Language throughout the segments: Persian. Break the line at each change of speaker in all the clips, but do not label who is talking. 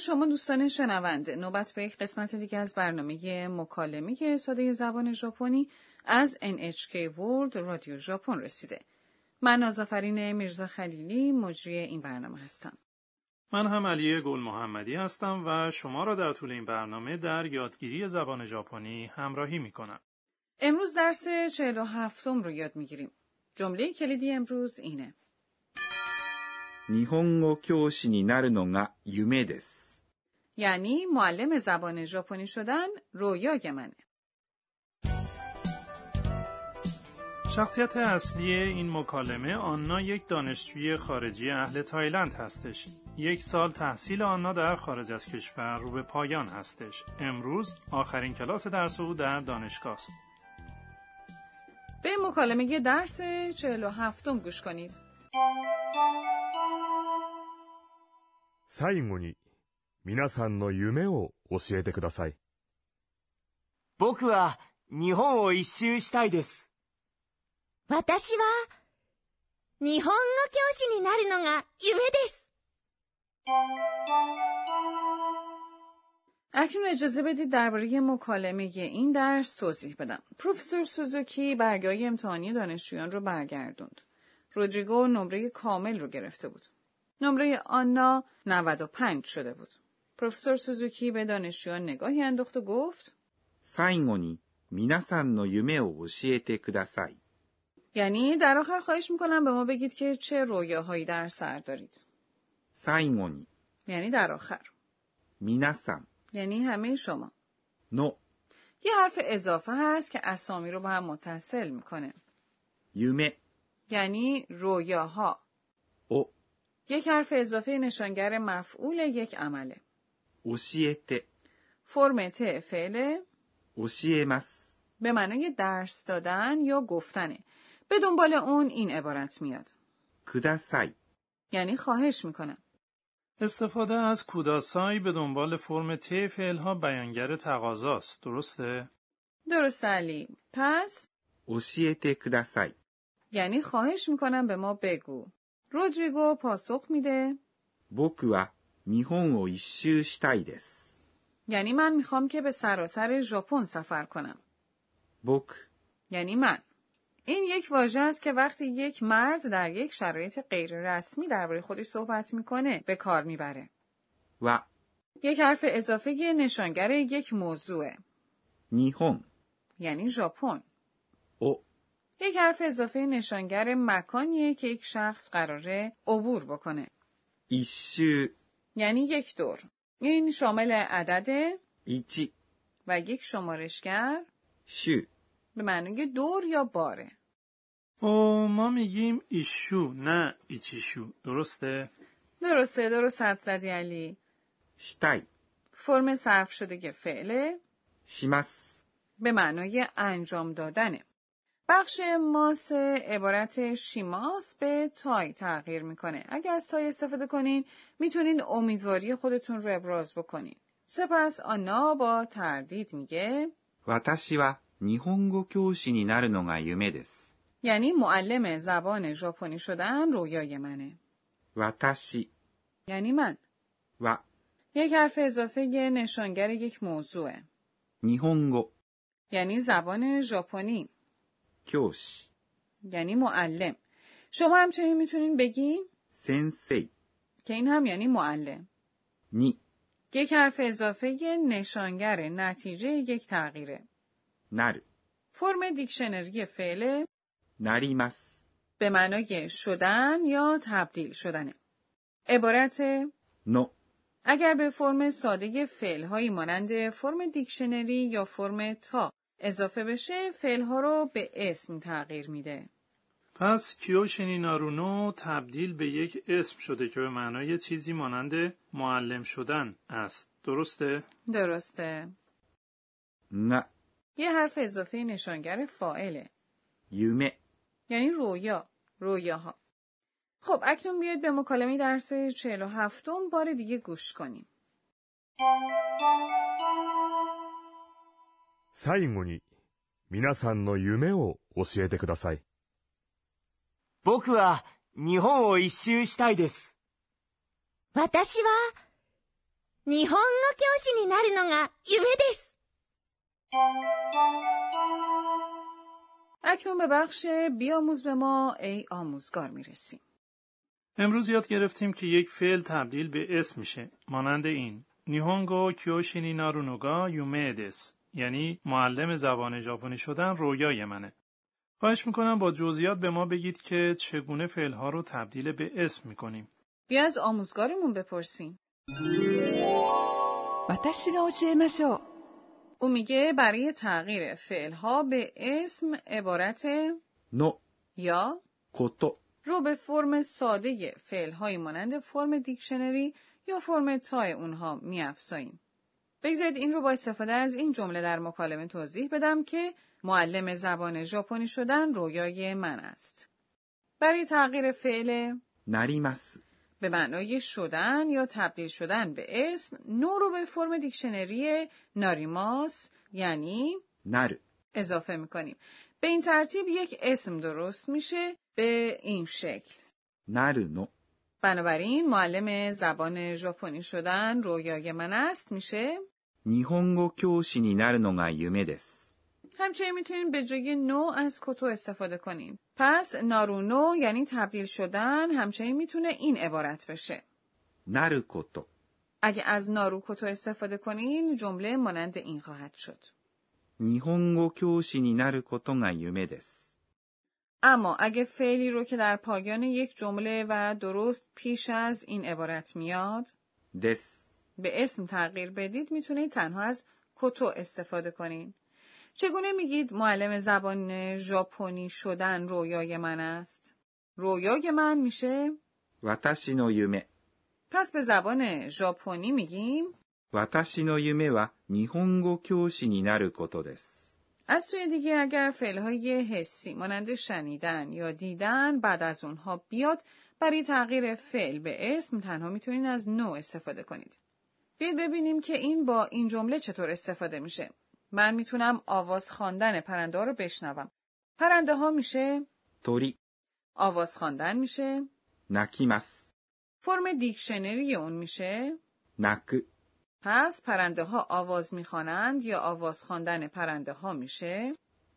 شما دوستان شنونده نوبت به یک قسمت دیگه از برنامه مکالمه ساده زبان ژاپنی از NHK World رادیو ژاپن رسیده. من آزافرین میرزا خلیلی مجری این برنامه هستم.
من هم علی گل محمدی هستم و شما را در طول این برنامه در یادگیری زبان ژاپنی همراهی می کنم.
امروز درس 47 رو یاد می گیریم. جمله کلیدی امروز اینه.
日本語教師になるのが夢です。
یعنی معلم زبان ژاپنی شدن رویای منه.
شخصیت اصلی این مکالمه آنا یک دانشجوی خارجی اهل تایلند هستش. یک سال تحصیل آنا در خارج از کشور رو به پایان هستش. امروز آخرین کلاس درس او در دانشگاه است.
به مکالمه درس 47 گوش کنید.
最後に、皆さんの夢を教えてください。
僕は日本を一周したいです。
私は、日本語教師になるのが夢です。
اکنون اجازه بدید درباره مکالمه این درس توضیح بدم. پروفسور سوزوکی برگای امتحانی دانشجویان رو برگردوند. رودریگو نمره کامل رو گرفته بود. نمره آنا 95 شده بود. پروفسور سوزوکی به دانشجویان نگاهی انداخت و گفت
最後に皆さんの夢を教えてください。
یعنی در آخر خواهش میکنم به ما بگید که چه رویاهایی در سر دارید.
最後に
یعنی در آخر.
皆さん
یعنی همه شما.
の
یه حرف اضافه هست که اسامی رو به هم متصل میکنه.
夢
یعنی رویاها.
を
یک حرف اضافه نشانگر مفعول یک عمله.
教えて
فرم ت فعل
教えます。
به معنای درس دادن یا گفتنه. به دنبال اون این عبارت میاد.
ください。
یعنی خواهش میکنم.
استفاده از کوداسای به دنبال فرم ت فعلها بیانگر تقاضاست. درسته؟
درست علی. پس
教えてください。
یعنی خواهش میکنم به ما بگو. رودریگو پاسخ میده.
僕は日本を一周したいです。
یعنی من میخوام که به سراسر ژاپن سفر کنم.
僕
یعنی من. این یک واژه است که وقتی یک مرد در یک شرایط غیررسمی درباره خودش صحبت میکنه به کار میبره.
は
یک حرف اضافه یه نشانگر یک موضوعه
日本
یعنی ژاپن
を
یک حرف اضافه نشانگر مکانیه که یک شخص قراره عبور بکنه
一周
یعنی یک دور این شامل عدد
一
و یک شمارشگر
周
به معنای دور یا باره
او ما میگیم ایشو نه ایچیشو. درسته؟
درسته درست حد زدی علی
したい
فرم صرف شده که فعله
します。
به معنای انجام دادنه بخش ماس عبارت شیماس به تای تغییر میکنه. اگر از تای استفاده کنین میتونین امیدواری خودتون رو ابراز بکنین. سپس آنا با تردید میگه
私は日本語教師になるのが夢です。
یعنی معلم زبان ژاپنی شدن رویای منه.
私
یعنی من.
は
یک حرف اضافه یه نشانگر یک موضوعه.
日本語
یعنی زبان ژاپنی.
教師
یعنی معلم. شما همچنین میتونین بگین
先生
که این هم یعنی معلم.
に
یک حرف اضافه یه نشانگر نتیجه یک تغییره.
なる
فرم دیکشنری فعله
なります。
به معنای شدن یا تبدیل شدنه. عبارت
の
اگر به فرم ساده فعلهایی مانند فرم دیکشنری یا فرم تا اضافه بشه فعلها رو به اسم تغییر میده.
پس کیوشینی نارونو تبدیل به یک اسم شده که به معنای چیزی مانند معلم شدن است. درسته؟
درسته.
が
یه حرف اضافه نشانگر فاعله.
夢
یعنی رویا رویاها خب اکنون بیاید به مکالمه درس 47 بار دیگه گوش کنیم
最後に、皆さんの夢を教えてください。
僕は日本を一周したいです。
私は、日本語教師になるのが夢です。
اکنون به بخش بیاموز به ما ای آموزگار میرسیم.
امروز یاد گرفتیم که یک فعل تبدیل به اسم میشه مانند این نیهونگو کیوشینی نارونوگا یومه دس یعنی معلم زبان ژاپنی شدن رویای منه خواهش میکنم با جزئیات به ما بگید که چگونه فعلها رو تبدیل به اسم میکنیم
بیا از آموزگارمون بپرسیم.
私が教えましょう。
او میگه برای تغییر فعلها به اسم عبارت
の
یا
こと。
رو به فرم ساده فعلهایی مانند فرم دیکشنری یا فرم تای اونها میافزاییم. بگذارید این رو با استفاده از این جمله در مکالمه توضیح بدم که معلم زبان ژاپنی شدن رویای من است. برای تغییر فعل
なります。
به معنای شدن یا تبدیل شدن به اسم نو رو به فرم دیکشنری ناریماس یعنی
なる。
اضافه میکنیم. به این ترتیب یک اسم درست میشه به این شکل.
なるの。
بنابراین معلم زبان ژاپنی شدن رویای من است میشه
日本語教師になるのが夢です。
همچنین میتونین به جای نو از کتو استفاده کنین پس نارونو یعنی تبدیل شدن همچنین میتونه این عبارت بشه
なること。
اگه از نارو کتو استفاده کنین جمله مانند این خواهد شد
日本語教師になることが夢です。
اما اگه فعلی رو که در پایان یک جمله و درست پیش از این عبارت میاد
です。
به اسم تغییر بدید میتونید تنها از کتو استفاده کنین. چگونه میگید معلم زبان ژاپنی شدن رویای من است؟ رویای من میشه
私の夢。
پس به زبان ژاپنی میگیم
私の夢は日本語教師になることです。
از سوی دیگه اگر فعلهای حسی مانند شنیدن یا دیدن بعد از اونها بیاد برای تغییر فعل به اسم تنها میتونین از نو استفاده کنید. بیاید ببینیم که این با این جمله چطور استفاده میشه. من میتونم آواز خواندن پرنده ها رو بشنوم. پرنده ها میشه
鳥、
آواز خواندن میشه
泣きます。
فرم دیکشنری اون میشه
泣く、
پس پرنده ها آواز میخوانند یا آواز خواندن پرنده ها میشه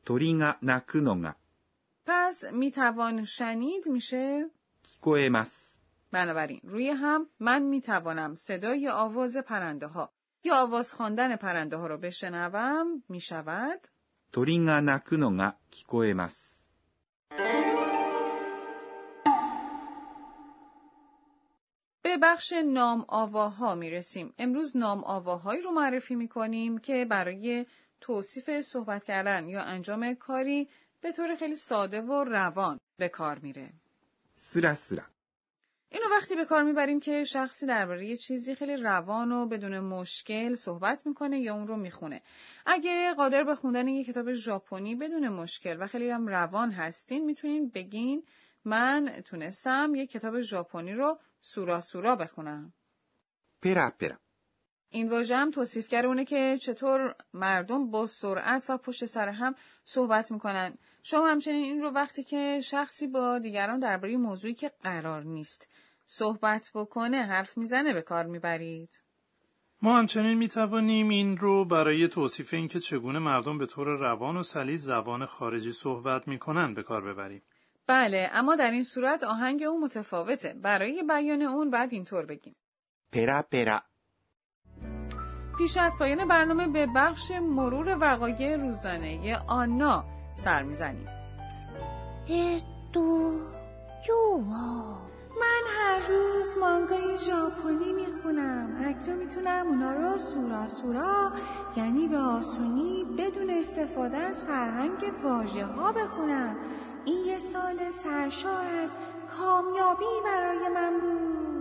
鳥が泣くのが
پس میتوان شنید میشه
聞こえます。
بنابراین روی هم من می توانم صدای آواز پرنده ها یا آواز خواندن پرنده ها رو بشنوم می شود
鳥が鳴くのが聞こえます。
به بخش نام آواها می رسیم. امروز نام آواهایی رو معرفی می کنیم که برای توصیف صحبت کردن یا انجام کاری به طور خیلی ساده و روان به کار میره.
すらすら、
اینو وقتی به کار میبریم که شخصی درباره یه چیزی خیلی روان و بدون مشکل صحبت میکنه یا اون رو میخونه اگه قادر به خوندن یه کتاب ژاپنی بدون مشکل و خیلی هم روان هستین میتونین بگین من تونستم یه کتاب ژاپنی رو سورا سورا بخونم
ペラペラ、
این واژه هم توصیفگر اونه که چطور مردم با سرعت و پشت سر هم صحبت میکنن شما همچنین این رو وقتی که شخصی با دیگران درباره موضوعی که قرار نیست صحبت بکنه حرف میزنه به کار میبرید
ما همچنین میتوانیم این رو برای توصیف اینکه چگونه مردم به طور روان و سلیس زبان خارجی صحبت میکنن به کار ببریم
بله اما در این صورت آهنگ اون متفاوته برای بیان اون بعد اینطور بگیم
ペラペラ、
پیش از پایان برنامه به بخش مرور وقایع روزانه آنا سر میزنیم
えっと、今日は、
من هر روز مانگای ژاپنی میخونم اکنون میتونم اونا رو سورا سورا یعنی به آسونی بدون استفاده از فرهنگ واجه ها بخونم این یه سال سرشار از کامیابی برای من بود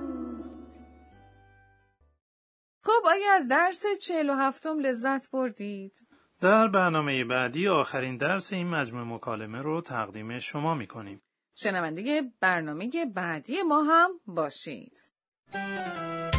خب آیا از درس چهل و هفتم لذت بردید؟
در برنامه بعدی آخرین درس این مجموعه مکالمه رو تقدیم شما میکنیم
شنونده برنامه بعدی ما هم باشید